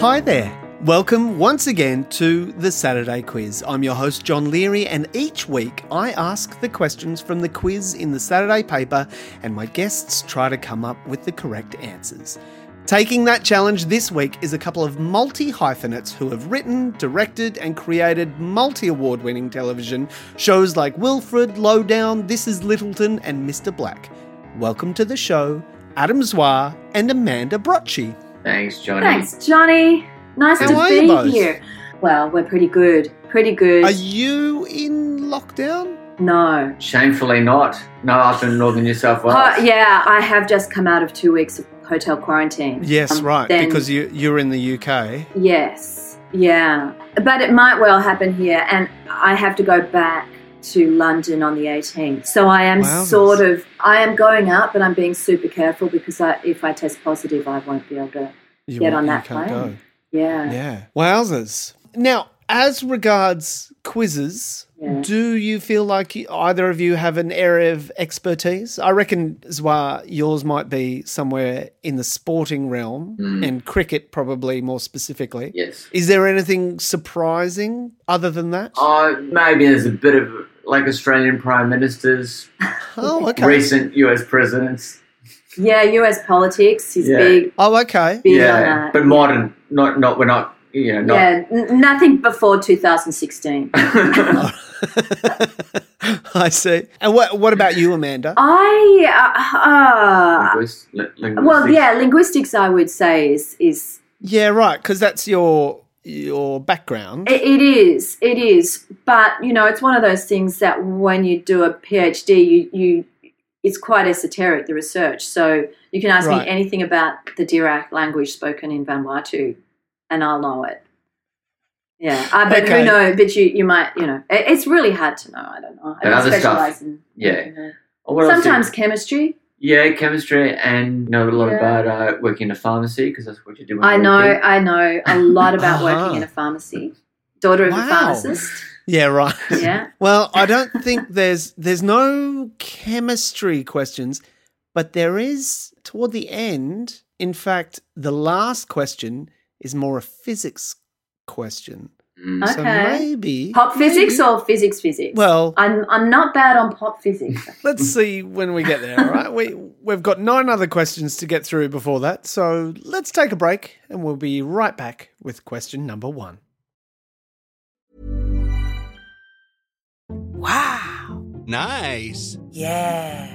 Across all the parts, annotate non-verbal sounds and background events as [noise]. Hi there. Welcome once again to the Saturday Quiz. I'm your host, John Leary, and each week I ask the questions from the quiz in the Saturday paper, and my guests try to come up with the correct answers. Taking that challenge this week is a couple of multi hyphenates who have written, directed, and created multi award winning television shows like Wilfred, Lowdown, This Is Littleton, and Mr. Black. Welcome to the show, Adam Zwar and Amanda Brocci. Thanks, Johnny. Thanks, Johnny. Nice How are to you be both? here. Well, we're pretty good. Pretty good. Are you in lockdown? no. Shamefully not. No, up in northern New South Wales. Oh, yeah, I have just come out of two weeks of hotel quarantine. Yes, Um, right. then- Because you you're in the UK. Yes, yeah. But it might well happen here, and I have to go back to London on the 18th. So I am Wowzers. sort of, I am going out, but I'm being super careful because I, if I test positive, I won't be able to. You Get won't- on you that can't plane. Go. Yeah. Yeah. Wowzers. Now, as regards quizzes, Yeah. do you feel like you- either of you have an area of expertise? I reckon Zwa, yours might be somewhere in the sporting realm Mm. and cricket, probably more specifically. Yes. Is there anything surprising other than that? Oh, maybe there's a bit of like Australian prime ministers, Oh, okay. recent US presidents. Yeah, US politics is Yeah. big, Oh, okay. big on yeah, that. but modern. Not, not. We're not. You know, not. Yeah, n- nothing before 2016. [laughs] I see. And what what about you, Amanda? Oh. I, uh, [laughs] Linguist- li- uh, well, linguistics. yeah, linguistics I would say is, is Yeah, right. Because that's your your background. it, it is, it is. But, you know, it's one of those things that when you do a PhD, you, you it's quite esoteric, the research. So you can ask Right. me anything about the Dirac language spoken in Vanuatu and I'll know it. Yeah, uh, but Okay. who knows? But you, you might, you know, it, it's really hard to know. I don't know. I And don't other stuff. specialize in. Yeah. you know. Oh, what else did- Sometimes chemistry. Yeah, chemistry and know a lot Yeah. about uh, working in a pharmacy because that's what you do. When I you're a know, kid. I know a lot [laughs] about Uh-huh. working in a pharmacy. Daughter of Wow. a pharmacist. Yeah, right. Yeah. [laughs] Well, I don't think there's there's no chemistry questions, but there is toward the end. In fact, the last question is more a physics question. Mm. I- So Okay. maybe Pop physics or physics physics? well, I'm I'm not bad on pop physics. let's see when we get there. All right, we we've got nine other questions to get through before that, so let's take a break, and we'll be right back with question number one. Wow. Nice. Yeah.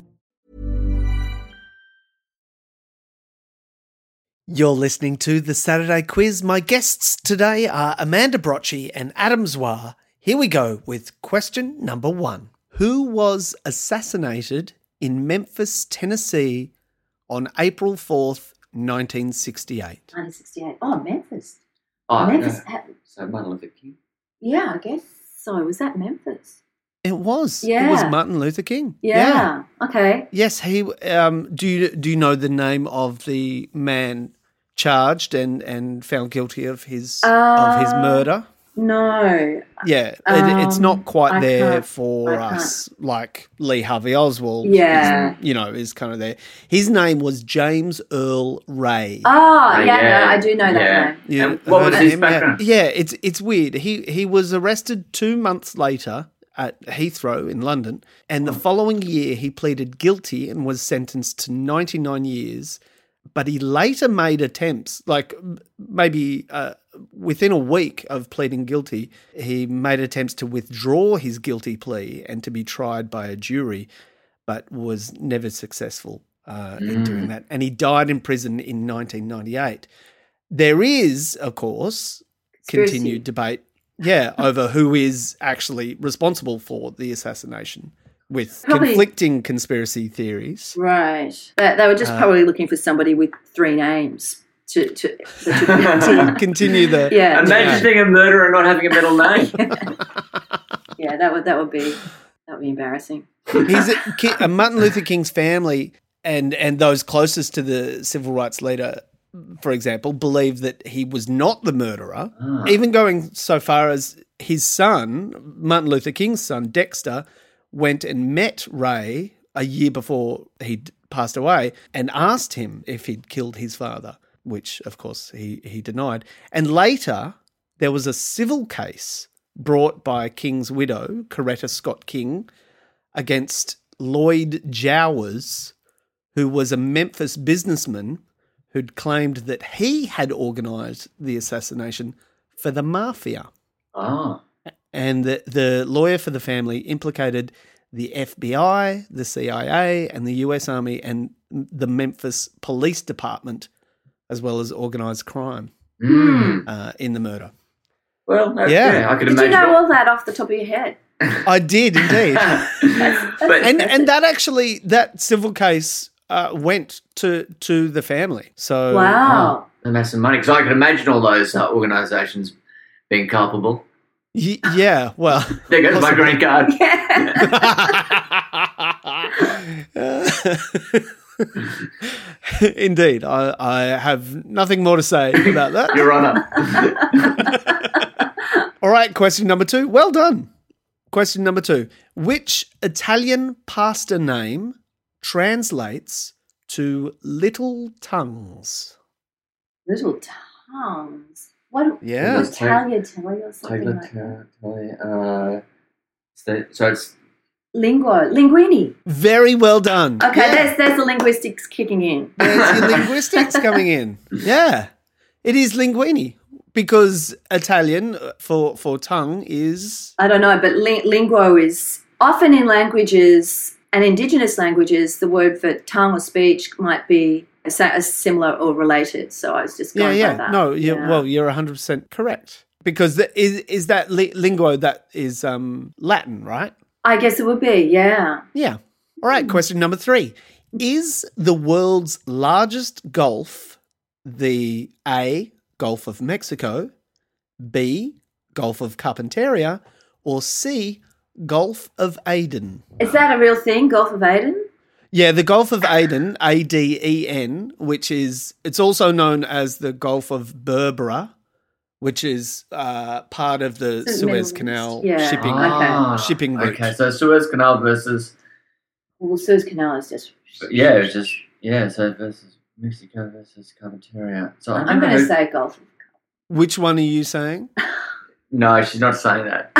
You're listening to the Saturday Quiz. My guests today are Amanda Brocci and Adam Zwar. Here we go with question number one Who was assassinated in Memphis, Tennessee on April 4th, 1968? 1968. Oh, Memphis. Oh, no. Memphis. uh, So Martin Luther King. Yeah, I guess. So was that Memphis? It was. It was Yeah. Martin Luther King. Yeah. Okay. Yes, he. Um, do you do you know the name of the man charged and, and found guilty of his of his Uh, murder? No. Yeah, it, it's Um, not quite I there can't- for I us. Like Lee Harvey Oswald, is- Yeah. you know, is kind of there. His name was James Earl Ray. Oh, Oh, yeah, yeah. No, I do know that Yeah. name. You And what heard was of his him? Yeah. background? Yeah, it's it's weird. He he was arrested two months later at Heathrow in London, Hmm. and the following year he pleaded guilty and was sentenced to 99 years but he later made attempts, like m- maybe uh, within a week of pleading guilty, he made attempts to withdraw his guilty plea and to be tried by a jury, but was never successful uh, in Mm. doing that. And he died in prison in 1998. There is, of course, Conspiracy. continued debate, yeah, over who is actually responsible for the assassination. With Probably- conflicting conspiracy theories, Right. They, they were just Uh, probably looking for somebody with three names to to, [laughs] that you could- continue the yeah, Imagine being a murderer and not having a middle name. [laughs] yeah. That would that would be that would be embarrassing. He's a, Ki- uh, Martin Luther King's family and and those closest to the civil rights leader, for example, believe that he was not the murderer. Even going so far as his son, Martin Luther King's son Dexter, went and met Ray a year before he passed away and asked him if he'd killed his father, which of course he he denied. And later there was a civil case brought by King's widow, Coretta Scott King, against Lloyd Jowers, who was a Memphis businessman who'd claimed that he had organized the assassination for the mafia. oh. And the, the lawyer for the family implicated the FBI, the CIA, and the US Army and the Memphis Police Department, as well as organized crime Hmm. Mm. uh, in the murder. Well, that, Yeah. yeah. I could Did you imagine. [laughs] know all that off the top of your head? I did indeed. but and and that actually that civil case uh, went to to the family. So [laughs] Wow. and that's some money because I could imagine all those uh, organisations being culpable. y- yeah, well, [laughs] There goes my Possibly. green card. Yeah. indeed, I, I have nothing more to say about that. Your [laughs] Honour. All right, question number two. Well done. Question number two: Which Italian pasta name translates to little tongues? [laughs] Little towns. What? Yeah. What was tagliatelle or something like that? uh, so so it's Lingo, linguini. Very well done. Okay, Yeah. there's there's the linguistics kicking in. There's [laughs] your linguistics coming in. Yeah. It is linguini because Italian uh, for for tongue is I don't know, but ling- lingo is often in languages and indigenous languages, the word for tongue or speech might be a, sa- a similar or related. So I was just yeah going by yeah that. no you well you're 100% correct because the, is is that li- lingo that is um Latin right I guess it would be, yeah. yeah all right Hmm. question number 3 is the world's largest gulf the A Gulf of Mexico B Gulf of Carpentaria or C Gulf of Aden Is that a real thing, Gulf of Aden? Yeah, the Gulf of Aden, A D E N, which is it's also known as the Gulf of Berbera, which is uh, part of the It's in the Suez Middle Canal East, yeah. shipping. Ah. shipping route. Okay, so Suez Canal versus Well, Suez Canal is just. yeah, it's just yeah. So versus Mexico versus Carpentaria. So I I'm don't going to know- say Gulf. Which one are you [laughs] saying? no. She's not saying that.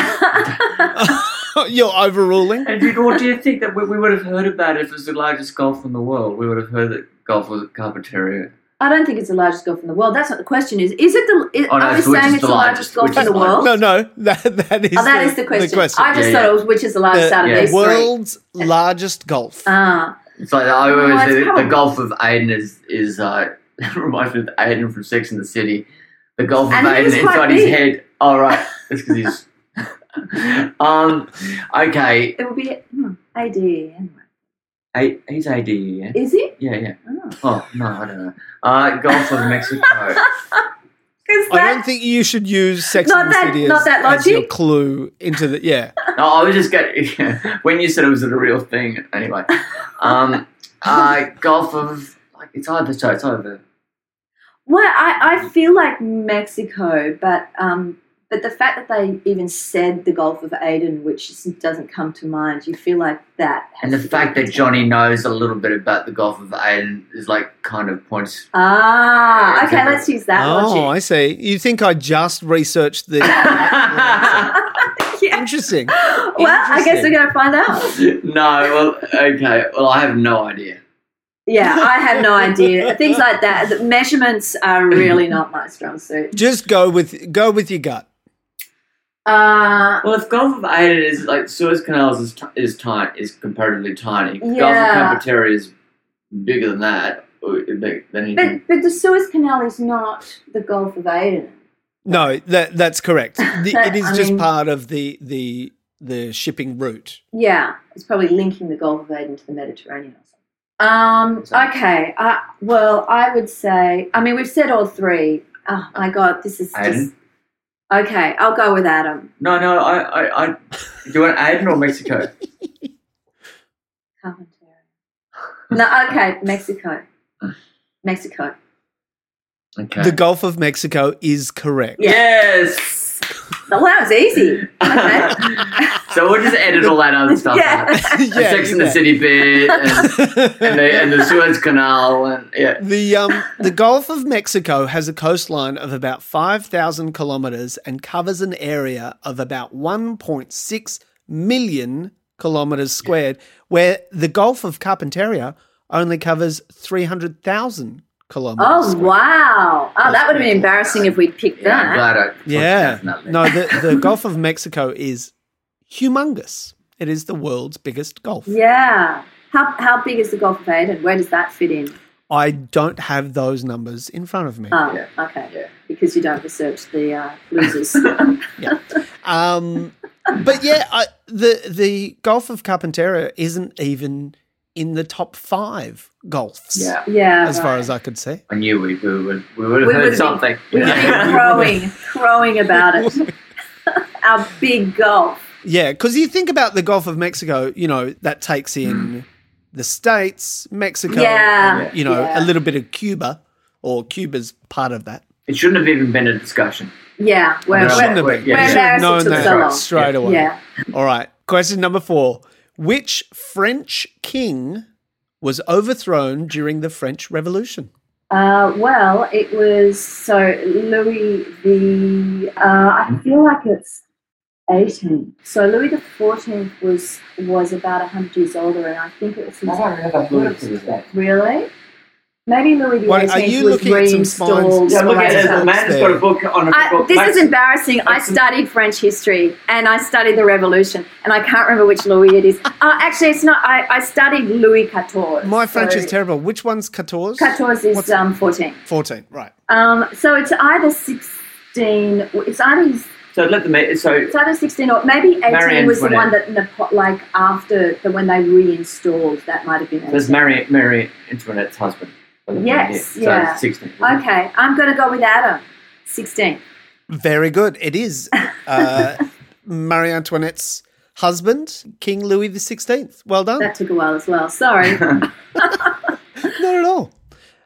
You're overruling. And do, or do you think that we, we would have heard about it if it was the largest golf in the world? We would have heard that golf was Carpentaria. I don't think it's the largest Gulf in the world. That's not the question. Is is it the? Is, Oh, no, are we it's- which saying is it's the the largest, largest Gulf which in is the the largest. world? No, no, that that is oh, that the, is the question. I just Yeah, thought yeah. it was which is the largest The- out of yeah. these three. world's largest gulf. Ah, It's like I Well, always it's say that probably- the Gulf of Aden is is uh, [laughs] reminds me of Aden from Sex and the City. The Gulf of And he Aden was inside quite his big. head. All right, oh, right, that's because he's. [laughs] um, okay, it would be hmm, AD. anyway. A- he's AD. Yeah, Is it? yeah. yeah. Oh. Oh no, I don't know. Uh, Gulf of [laughs] Mexico. Is that, I don't think you should use Sex Not and the that- City not as, that as your logic. clue into the yeah. No, I was just getting [laughs] when you said it was a real thing. Anyway, um, uh, Gulf of like it's either so it's either well, I, I feel like Mexico, but um, but the fact that they even said the Gulf of Aden, which just doesn't come to mind, you feel like that. has and the to do fact with that it. Johnny knows a little bit about the Gulf of Aden is like kind of [laughs] points. Ah, okay, let's use that Oh, logic. I see. You think I just researched [laughs] the yeah. interesting? [gasps] Well, I guess Oh, Interesting. we're going to find out. no, well, okay, well, I have no idea. yeah, I have no idea. Things like that. The measurements are really not my strong suit. Just go with go with your gut. Uh, Well, if Gulf of Aden is like Suez Canal is t- is tiny, is comparatively tiny. Gulf of Yeah. Campeterra is bigger than that. or big- Than anything. but but the Suez Canal is not the Gulf of Aden. No, that that's [laughs] correct. The, it is I just mean- part of the the the shipping route. Yeah, it's probably linking the Gulf of Aden to the Mediterranean or something. Um, okay, uh, well, I would say, I mean, we've said all three. Oh my God, this is just. Aden? Okay, I'll go with Adam. no, no. I, I, I do you want Aden or Mexico? Carpentero. No, okay, Mexico. Mexico. Okay. The Gulf of Mexico is correct. [laughs] yes. Well, that was easy. [laughs] Okay. so we'll just edit all that other stuff Yeah. out. The Sex in the City bit and, and, the, and the Suez Canal and yeah. [laughs] The um the Gulf of Mexico has a coastline of about 5,000 kilometers and covers an area of about 1.6 million kilometers squared where the Gulf of Carpentaria only covers 300,000 kilometers. Oh, wow. Oh, that would have been embarrassing if we'd picked Yeah, I'm that. glad I. yeah. Definitely. No, the, the [laughs] Gulf of Mexico is humongous. It is the world's biggest gulf. Yeah. How, how big is the Gulf of Aden? Where does that fit in? I don't have those numbers in front of me. Oh, Yeah. okay. Yeah. Because you don't research the [laughs] uh, losers. Um, but yeah, I, the the Gulf of Carpentera isn't even in the top five gulfs. Yeah. yeah. as far right. as I could see. I knew we, we would we would have We heard would've been- something. We've been [laughs] crowing, crowing [laughs] about it. Our big Gulf. Yeah, because you think about the Gulf of Mexico, you know that takes in the states, Mexico, Yeah. and, you know Yeah. a little bit of Cuba, or Cuba's part of that. It shouldn't have even been a discussion. Yeah. We're, It Yeah. shouldn't we're, have been. Yeah. You should have Embarrassing known that took so long. straight away. yeah. All right. Question number four: Which French king was overthrown during the French Revolution? Uh, well, it was so Louis the. Uh, I feel like it's eighteen. So Louis the Fourteenth was was about hundred years older, and I think it was his. remember Really? Maybe Louis the What- are Eighteenth you was looking at some spines? reinstalled. Yeah, look Somebody's at it. The books man has there. got a book on a I, book. this Max- is embarrassing. I studied French history and I studied the Revolution, and I can't remember which Louis it is. Uh, actually, it's not. I, I studied Louis XIV. My French so is terrible. Which one's 14? XIV is um, 14. 14, right. Um, so it's either 16, it's either, So let them. ma- So it's either 16 or maybe 18 Marie was the one Antoinette. that, Napo- like, after the, when they reinstalled, that might have been. there's 18. Mary Mary Antoinette's husband. Yes, So yeah. it's Sixteen. Okay, I'm going to go with Adam. 16. Very good. It is uh, [laughs] Marie Antoinette's husband, King Louis XVI. Well done. That took a while as [laughs] well. Sorry. Not at all.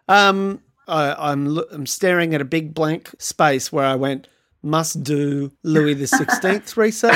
Um, I, I'm, lo- I'm staring at a big blank space where I went, must do Louis XVI research.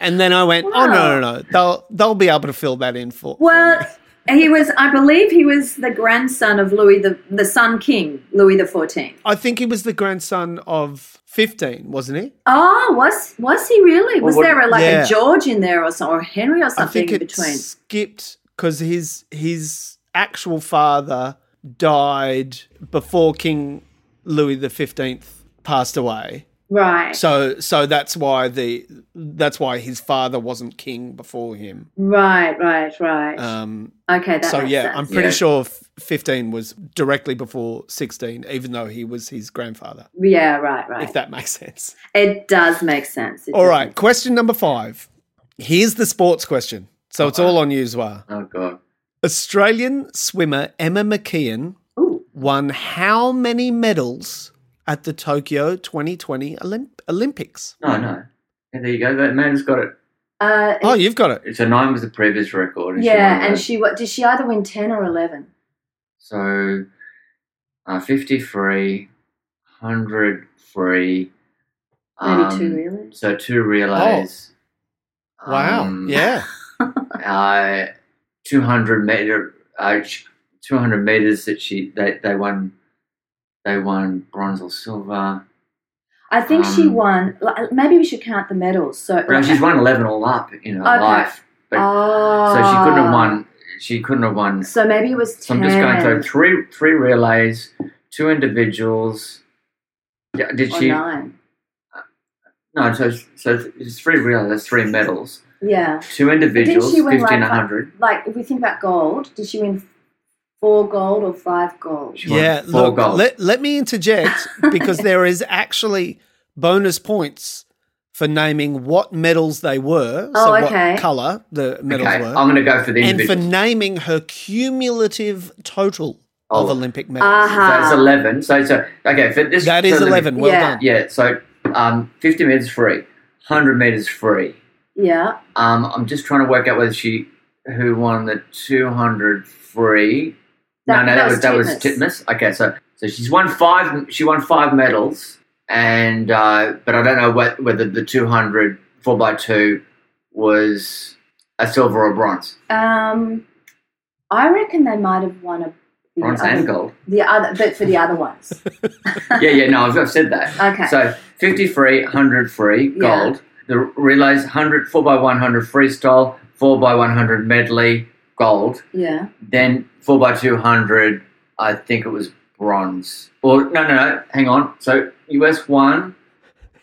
and then I went, oh, no, no, no. They'll, they'll be able to fill that in for. for Well, me." he was, I believe, he was the grandson of Louis the the Sun King, Louis the Fourteenth. I think he was the grandson of 15, wasn't he? Oh, was was he really? Was Well, what- there a, like Yeah. a George in there or some, or Henry or I something think in it between? skipped because his his actual father died before King Louis the Fifteenth passed away. Right, So so that's why the that's why his father wasn't king before him. right, right, right. Um, okay, that so makes yeah, sense. I'm pretty Yeah. sure f- fifteen was directly before sixteen, even though he was his grandfather. yeah, right, right. If that makes sense. it does make sense. It All does right, question number five. Here's the sports question. So it's all on you, Zwar. Oh god. Australian swimmer Emma McKeon make- Ooh, won how many medals at the Tokyo 2020 Olymp- Olympics? No, Oh, no. Yeah, there you go. That man's got it. uh, Oh, you've got it. It's a nine was the previous record. she won yeah, and that. she what? Did she either win ten or eleven? So, uh, 53, 100 free. Maybe um, two, really. So two relays. Oh, Wow. Um, yeah. Uh, 200 meter, uh, sh- 200 meters that she they, they won. They won bronze or silver. I think she um, won. Like, maybe we should count the medals. So Well, she's won 11 all up in her Okay. life. But, Oh, So she couldn't have won. she couldn't have won. So maybe it was So 10. I'm just going through three three relays, two individuals. Yeah, did or she? nine. No, so so it's three relays, that's three medals, Yeah. two But individuals, fifteen like, hundred. fi- like, if we think about gold, did she win four gold or five gold? She won Yeah, four look, gold. let, let me interject because there is actually bonus points for naming what medals they were, Oh, so okay. what colour the medals okay, were, I'm going to go for the and for individuals. naming her cumulative total of Oh. Olympic medals. Aha. so it's eleven. So so okay for this. That is so the- 11. Well Yeah. done. Yeah, so um, fifty meters free, hundred meters free. Yeah. Um, I'm just trying to work out whether she who won the 200 free. That- no, no, that that, was was that was Titmus. Titmus. Okay, so so she's won five. She won five medals, and uh, but I don't know what, whether the 200 four by two was a silver or bronze, Um, I reckon they might have won a the bronze other, and gold. The other, but for the [laughs] other ones. yeah, yeah. No, I've, I've said that. Okay. So 50 free, 100 free, Yeah. gold. The relays 100 4 by 100 freestyle, 4 by 100 medley, gold. yeah. Then four by two hundred, I think it was bronze. Or no, no, no. Hang on. So US won,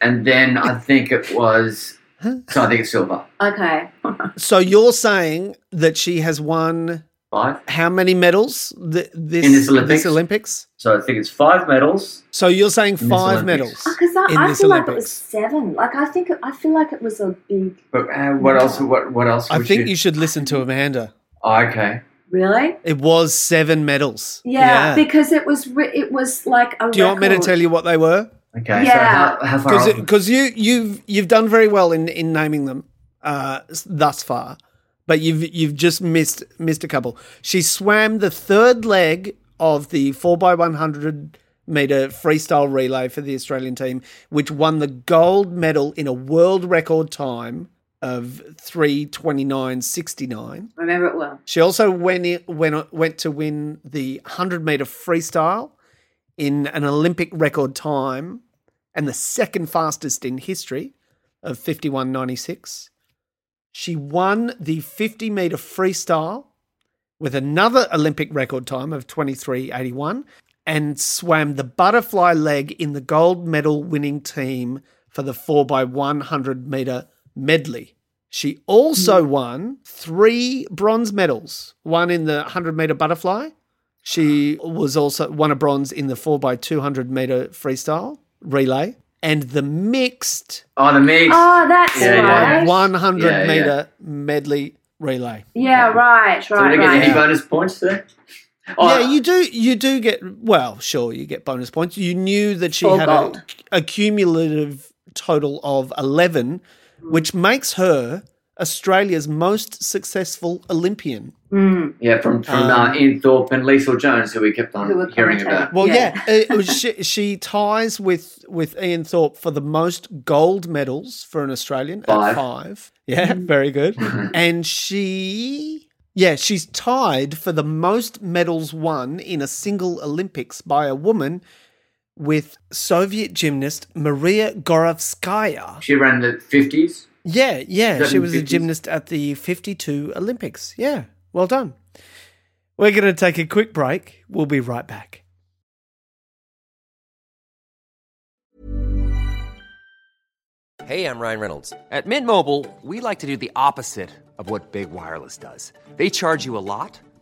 and then I think [laughs] it was. So I think it's silver. Okay. So you're saying that she has won Five. how many medals th- this, In this Olympics? Olympics? So I think it's five medals. So you're saying In this five Olympics. medals. Because Oh, I, In I this feel like it was Olympics. seven. Like I think I feel like it was a big. But uh, what else? What what else? I would think you should listen to Amanda. Oh, okay. Really? It was seven medals. Yeah, because it was re- it was like a. Do you want me to tell you what they were? Okay. Yeah. So how, how far? off- because you you've you've done very well in in naming them uh s- thus far but you've you've just missed missed a couple she swam the third leg of the 4x100 meter freestyle relay for the australian team which won the gold medal in a world record time of 329.69 Remember it well. she also went in, went went to win the 100 meter freestyle in an Olympic record time and the second fastest in history of 51.96. She won the 50 meter freestyle with another Olympic record time of 23.81 and swam the butterfly leg in the gold medal winning team for the 4x100 meter medley. She also Hmm. won three bronze medals, one in the 100 meter butterfly. She [gasps] was also won a bronze in the 4x200 meter freestyle relay and the mixed oh, the mix. Oh, that's Yeah, right. yeah. Yeah, 100 Yeah, yeah. meter medley relay. right, right, so did I get right. any bonus points there? Oh, yeah, you do. You do get well. Sure, you get bonus points. You knew that she Oh, Four had gold. a, a cumulative total of eleven, Hmm. which makes her Australia's most successful Olympian. Mm. yeah, from from Um, uh, Ian Thorpe and Liesl Jones, who we kept on Who were hearing commentating. about. Well, yeah, Yeah. it- it was- she, she ties with with Ian Thorpe for the most gold medals for an Australian at Five. five. Yeah, very good. and she, yeah, she's tied for the most medals won in a single Olympics by a woman with Soviet gymnast Maria Gorovskaya. She ran the fifties. Yeah, yeah. That She in was a 50s? gymnast at the 52 Olympics. Yeah, well done. We're going to take a quick break. We'll be right back. Hey, I'm Ryan Reynolds. At Mint Mobile, we like to do the opposite of what Big Wireless does. They charge you a lot,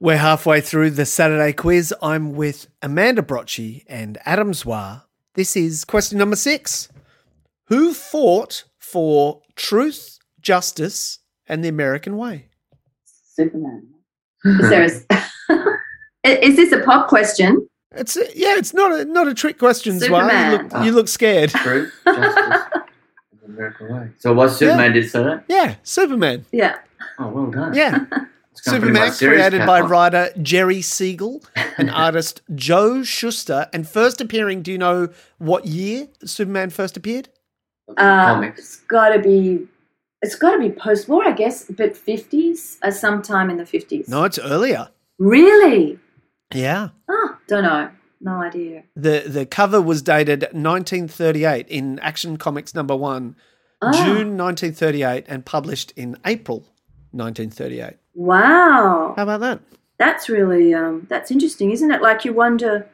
We're halfway through the Saturday quiz. I'm with Amanda Brocci and Adam Zwar. This is question number six. Who fought for truth, justice, and the American way? Superman. Is there [laughs] a- is this a pop question? It's a, yeah, it's not a not a trick question, Zwar. You Superman. Oh. look, you look scared. [laughs] True. Justice. American way. So what Superman did say that? Yeah, Superman. Yeah. Oh, well done. Yeah. [laughs] It's gonna be my Supermax, series created by catalog. writer Jerry Siegel and [laughs] artist Joe Schuster, and first appearing. Do you know what year Superman first appeared? Uh, Comics. It's got to be. It's got to be post-war, I guess, but fifties, uh, sometime in the fifties. No, it's earlier. Really? Yeah. Ah, don't know. No idea. The the cover was dated 1938 in Action Comics number 1, Ah. June 1938 and published in April 1938. Wow, How about that? that's really um, that's interesting, isn't it? Like you wonder.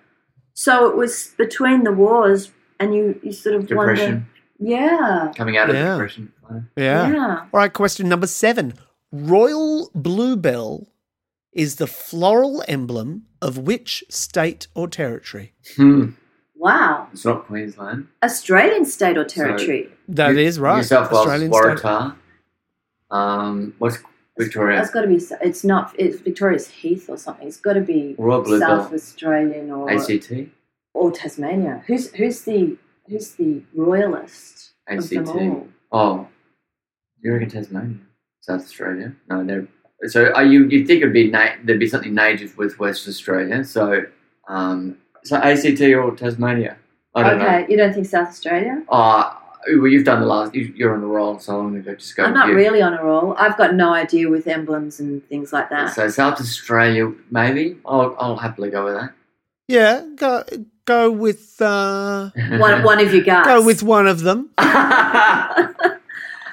So it was between the wars, and you you sort of Depression. wonder. Yeah. Coming out of Yeah. depression. Yeah. Yeah. All right, question number 7. Royal bluebell is the floral emblem of which state or territory? Hmm. Wow. It's not Queensland. Australian state or territory? That is New- right. New South Wales, Australian state. Waratah. Um, what's Victoria? That's got to be. It's not. It's Victoria's Heath or something. It's got to be Royal Blue South Bell. Australian or ACT? or Tasmania. Who's who's the who's the royalist of them ACT. all? Oh, you reckon Tasmania? South Australia? No, they're. So are you, you'd think it'd be na- there'd be something native with West Australia. So, um, so ACT or Tasmania? I don't okay, know. you don't think South Australia? Uh, well, you've done the last, you, you're on the roll, so I'm going to just go I'm with not you. really on a roll. I've got no idea with emblems and things like that. So South Australia, maybe? I'll, I'll happily go with that. Yeah, go go with uh [laughs] one one of you guys. go with one of them.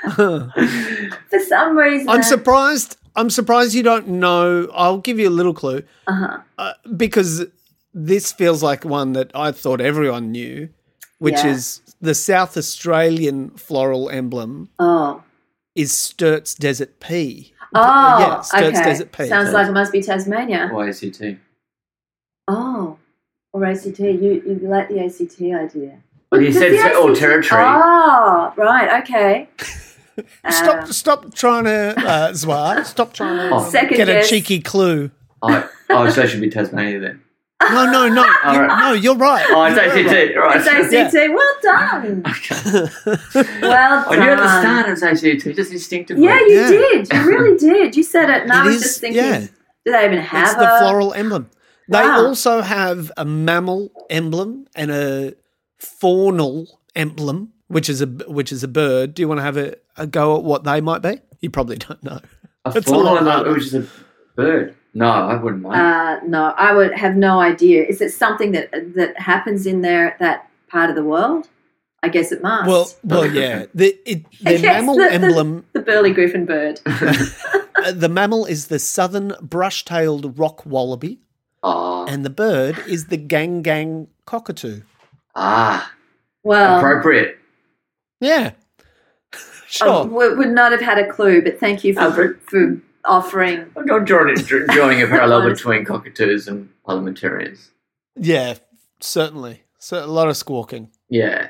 For some reason, I'm surprised. I'm surprised you don't know. I'll give you a little clue Uh-huh. uh, because this feels like one that I thought everyone knew, which Yeah. is the South Australian floral emblem Oh. is Sturt's Desert Pea. Oh, yeah, Sturt's okay. Desert Pea. Sounds like it must be Tasmania. or ACT. Oh, or ACT. You you like the ACT idea? Well, you Because said the it's all ACT territory. Oh, right. Okay. [laughs] Stop! Ah. Uh, Stop trying to uh, [laughs] Zwar. Stop trying to um, Second get guess. a cheeky clue. Oh, oh, so it should be Tasmania then. No, no, no, [laughs] All you- right. no. You're right. Oh, it's You're right. ACT. Right. It's ACT. Well [laughs] done. Well done. I knew Oh, at the start it was ACT, just instinctively. Yeah, you Yeah. did. You really did. You said it, and I It was is- just thinking, yeah. do they even have It's a the floral emblem. They Wow. also have a mammal emblem and a faunal emblem, which is a which is a bird. Do you want to have a, a go at what they might be? You probably don't know. A It's a lot fawn, harder. which is a bird. No, I wouldn't mind. Uh, no, I would have no idea. Is it something that that happens in there that part of the world? I guess it must. Well, well, yeah. The it, [laughs] I the guess mammal emblem. the burly griffin bird. uh, the mammal is the southern brush-tailed rock wallaby, Uh, oh, and the bird is the gang gang cockatoo. ah, Well, appropriate. Yeah, [laughs] sure. I would would not have had a clue, but thank you Oh, for, but- for offering. I'm not drawing, dr- drawing a [laughs] parallel Honestly. between cockatoos and parliamentarians. yeah, certainly. So a lot of squawking. Yeah.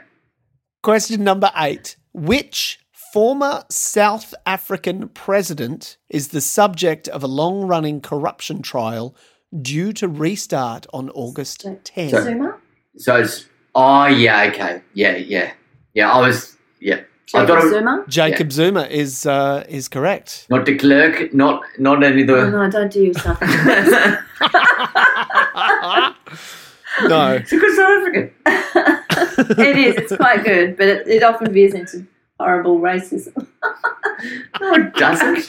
Question number eight. Which former South African president is the subject of a long running corruption trial due to restart on August 10? Zuma? So it's, oh, yeah, okay. Yeah, yeah. Yeah, I was, yeah. I Jacob thought it was, Zuma? Jacob Zuma is uh, is correct. not the clerk, not not any of Oh, the. no, don't do yourself. Ah. No. It's a good South African. [laughs] it is. It's quite good, but it, it often veers into horrible racism. [laughs] No, it doesn't.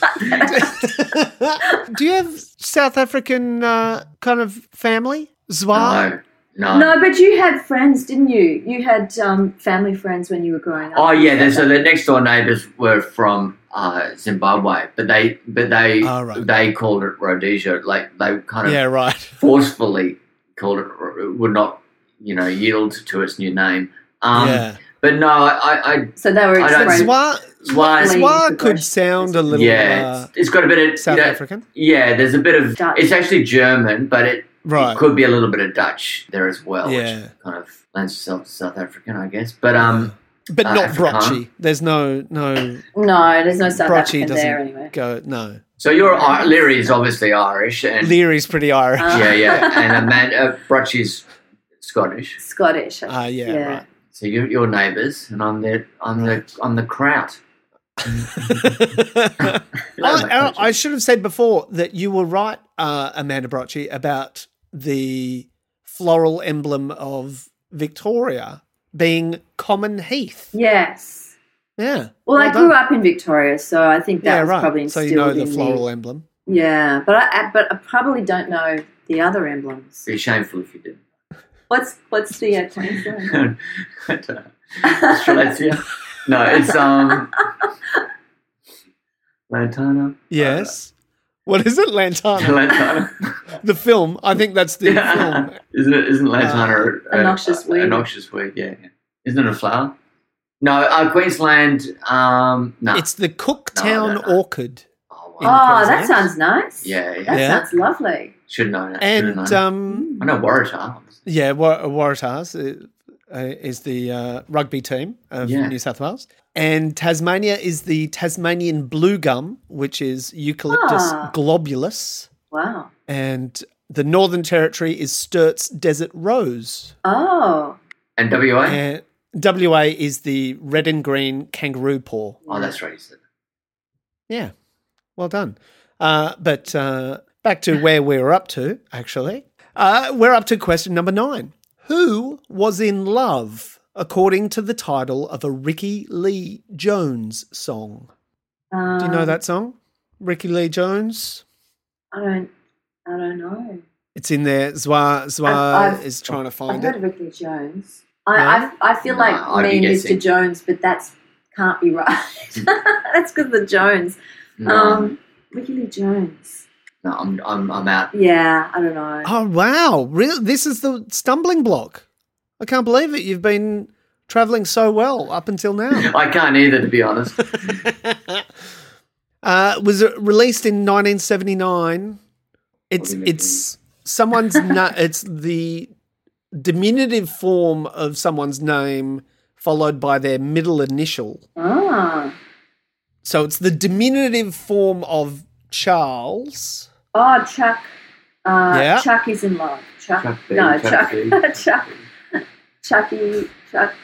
Do you have South African uh, kind of family? Zwa? No, no. No, but you had friends, didn't you? You had um, family friends when you were growing up. Oh yeah, they- so the next door neighbors were from uh, Zimbabwe, but they but they Oh, right. they called it Rhodesia. Like they kind of Yeah, right. forcefully called it Ro- would not you know yield to its new name. Um, yeah. But no, I, So they were I don't- exposed. Zwa, I was, Really? Zwa could sound a little yeah, uh, it's, it's got a bit of South you know, African. Yeah, there's a bit of Dutch. it's actually German, but it, Right. it could be a little bit of Dutch there as well. Yeah. which kind of lends itself to South African, I guess. But um. But uh, not Afrikaans. Brocci. There's no no No, there's no South Brocci African doesn't there anyway. go. No, So you're Ir- Leary is obviously Irish, and um, Leary's pretty Irish. [laughs] Uh, yeah, yeah, and Amanda uh, Brutchie's Scottish. Scottish. Ah, yeah, right. So you're your neighbours, and I'm the I'm the I'm the kraut. I, I, Project. I should have said before that you were right, uh, Amanda Brocci, about the floral emblem of Victoria being common heath. Yes. Yeah. Well, I done. grew up in Victoria, so I think that yeah, was right. probably so instilled you know the in me. floral Uh, emblem. Yeah, but I, I- but I probably don't know the other emblems. It'd be shameful if you did. What's what's [laughs] the uh, [laughs] Queensland? I don't know. Australasia? No, it's um. Lantana. Yes. what is it, [laughs] Lantana? Lantana. the film. I think [laughs] that's [laughs] the film. isn't it? Isn't lantana Uh, a noxious weed. A noxious weed. Yeah, yeah. Isn't it a flower? No, uh, Queensland. Um, no. It's the Cooktown No, no, no. Orchid. oh, wow. oh, that Queensland. sounds nice. yeah, yeah. That Yeah. sounds lovely. Should know that. Should And know. um, I know Waratah. yeah, Wa- Waratahs uh, uh, is the uh, rugby team of Yeah. New South Wales. And Tasmania is the Tasmanian blue gum, which is Eucalyptus Ah. globulus. Wow. And the Northern Territory is Sturt's Desert Rose. Oh, And WA. And WA is the red and green kangaroo paw. Oh, that's right. You said. Yeah, well done. Uh, but uh, back to where we were up to, actually. Uh, we're up to question number nine Who was in love, according to the title of a Ricky Lee Jones song? um, Do you know that song? Ricky Lee Jones? I don't. I don't know. It's in there. Zwa I've- Zwa I've- is trying to I've find heard it. of Ricky Jones. No? I I, I feel No, like I'd me be and guessing. Mr. Jones, but that's can't be right. Hmm. [laughs] that's because the Jones. No, Um, Ricky Lee Jones. no, I'm, I'm, I'm out. [laughs] Yeah, I don't know. Oh, wow. Real This is the stumbling block. I can't believe it. You've been traveling so well up until now. I can't either, to [laughs] be honest. Uh, was it released in 1979. It's do you mean? it's [laughs] someone's na- it's the diminutive form of someone's name followed by their middle initial. Ah. So it's the diminutive form of Charles. Oh, Chuck. Uh, Yeah. Chuck is in love. Chuck. Chuck B, no, Chuck Chuck. B. [laughs] Chuck. Chucky. Chuck.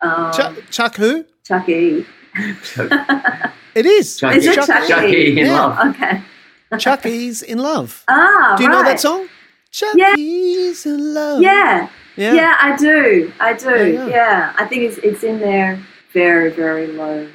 Um, Uh-huh. E. Chuck, Chuck who? Chucky. It is. Chucky. It's Is it Chuck- E? Chucky? Chucky in Yeah. love. Okay. Chucky's in love. Ah, Do you know right. that song? Chucky's in love. [laughs] Yeah. yeah. Yeah. I do. I do. Yeah, yeah. Yeah, I think it's it's in there very, very low.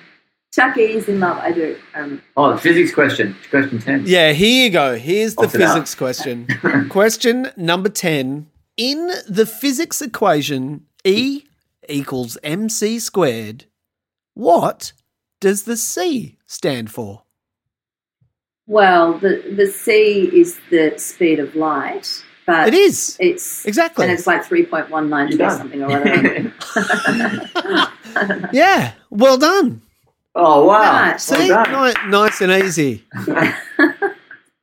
Chucky is in love. I do. Um, Oh, physics question. Question 10. Yeah, here you go. Here's the Off it up. physics [laughs] question. question number 10. In the physics equation E equals mc squared, what does the C stand for? well, the, the C is the speed of light, but It is. It's Exactly. and it's like three point one nine You two or done. something or other. Yeah, well done. oh, wow. Nice. Well See, done. Ni- nice and [laughs] easy.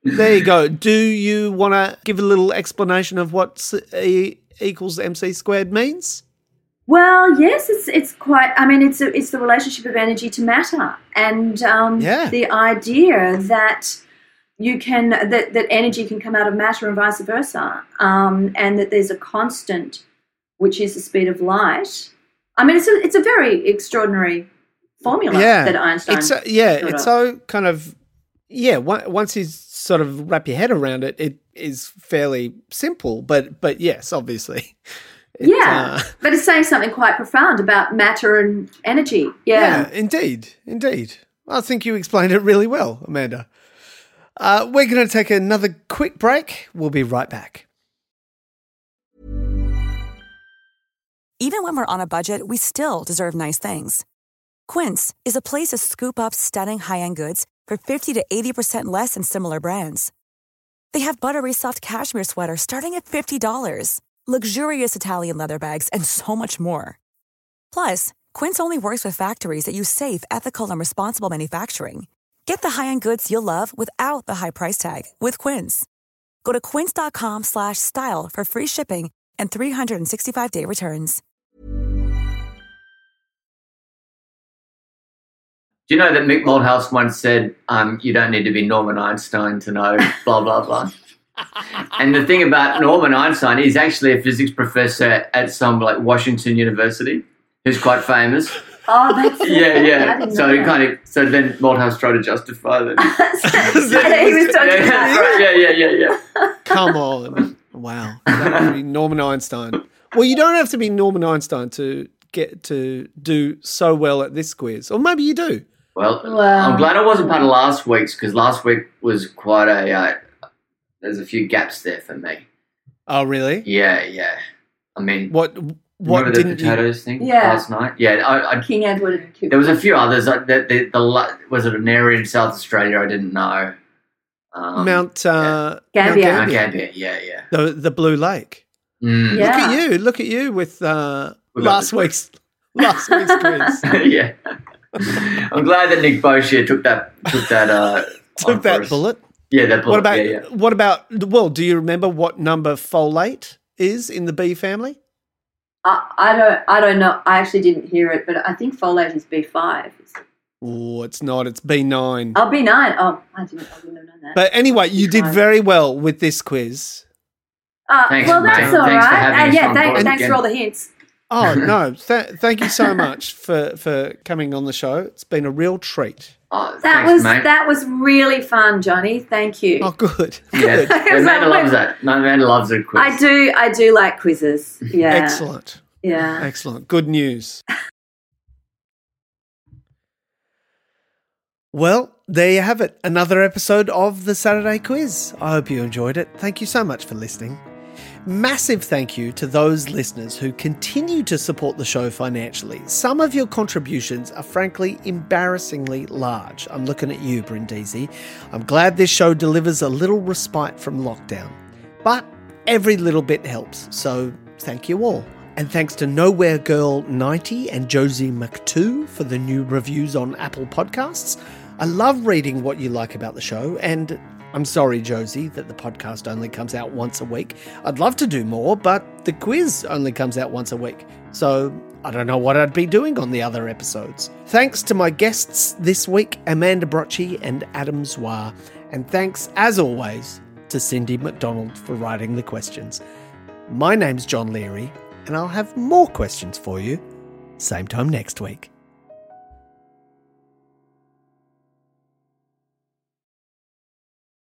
there you go. Do you want to give a little explanation of what C- E equals mc squared means? Well, yes, it's it's quite. I mean, it's a, it's the relationship of energy to matter, and um, Yeah. the idea that you can that that energy can come out of matter and vice versa, um, and that there's a constant, which is the speed of light. I mean, it's a it's a very extraordinary formula that Einstein. It's so, yeah, thought it's of. so kind of yeah. on- Once you sort of wrap your head around it, it is fairly simple. But but yes, obviously, [laughs] It's, yeah, uh, but it's saying something quite profound about matter and energy. yeah, indeed, indeed. I think you explained it really well, Amanda. Uh, we're going to take another quick break. We'll be right back. Even when we're on a budget, we still deserve nice things. Quince is a place to scoop up stunning high end goods for 50 to 80% less than similar brands. They have buttery soft cashmere sweaters starting at $50, luxurious Italian leather bags, and so much more. Plus, Quince only works with factories that use safe, ethical, and responsible manufacturing. Get the high-end goods you'll love without the high price tag with Quince. Go to quince.com slash style for free shipping and 365-day returns. Do you know that Mick Malthouse once said, um, you don't need to be Norman Einstein to know [laughs] blah, blah, blah? and the thing about Norman Einstein, he's actually a physics professor at some like Washington University who's quite famous. Oh, [laughs] that's Yeah, I yeah. didn't So know he that. kind [laughs] [laughs] of so then Malthouse tried to justify that. he was talking yeah, about. right, yeah, yeah, yeah, yeah. Come [laughs] on. Wow. That would be Norman Einstein. Well, you don't have to be Norman Einstein to get to do so well at this quiz. Or maybe you do. Well, [laughs] Wow. I'm glad I wasn't um, part of last week's because last week was quite a. Uh, there's a few gaps there for me. Oh, really? Yeah, yeah. I mean, What what remember the didn't you potatoes thing Yeah. last night? Yeah, I, I, King Edward and Cooper. there was a few others. Like the, the, the la- was it an area in South Australia I didn't know? Um, Mount uh Mount Gambier. Mount Gambier. Gambier, Yeah, yeah. The the Blue Lake. Mm. Yeah. Look at you. Look at you with uh We got last this. week's last [laughs] week's quiz. [laughs] yeah. I'm glad that Nick Boshier took that took that [laughs] uh on Took for that us. bullet. Yeah, that bullet. What about yeah, yeah. what about well, do you remember what number folate is in the bee family? I, I don't. I don't know. I actually didn't hear it, but I think folate is B five. Oh, it's not. It's B9. I'll be nine. Oh, I didn't. I wouldn't have known that. But anyway, you did Fine. very well with this [laughs] quiz. uh, Thanks, well, mate. that's all right. Thanks for having Uh, us yeah, on thank, board thanks again. for all the hints. Oh no! Th- thank you so much for for coming on the show. It's been a real treat. Oh, That thanks, was mate. that was really fun, Johnny. Thank you. Oh, good. Yeah, Good. [laughs] It was Amanda like- loves that. No, Amanda loves it. Quiz. I do. I do like [laughs] quizzes. Yeah. Excellent. Yeah. Excellent. Good news. Well, there you have it. Another episode of the Saturday Quiz. I hope you enjoyed it. Thank you so much for listening. Massive thank you to those listeners who continue to support the show financially. Some of your contributions are frankly embarrassingly large. I'm looking at you, Brindisi. I'm glad this show delivers a little respite from lockdown. But every little bit helps, so thank you all. And thanks to Nowhere Girl 90 and Josie McToo for the new reviews on Apple Podcasts. I love reading what you like about the show, and I'm sorry, Josie, that the podcast only comes out once a week. I'd love to do more, but the quiz only comes out once a week, so I don't know what I'd be doing on the other episodes. Thanks to my guests this week, Amanda Brocci and Adam Zwar, and thanks, as always, to Cindy McDonald for writing the questions. My name's John Leary, and I'll have more questions for you same time next week.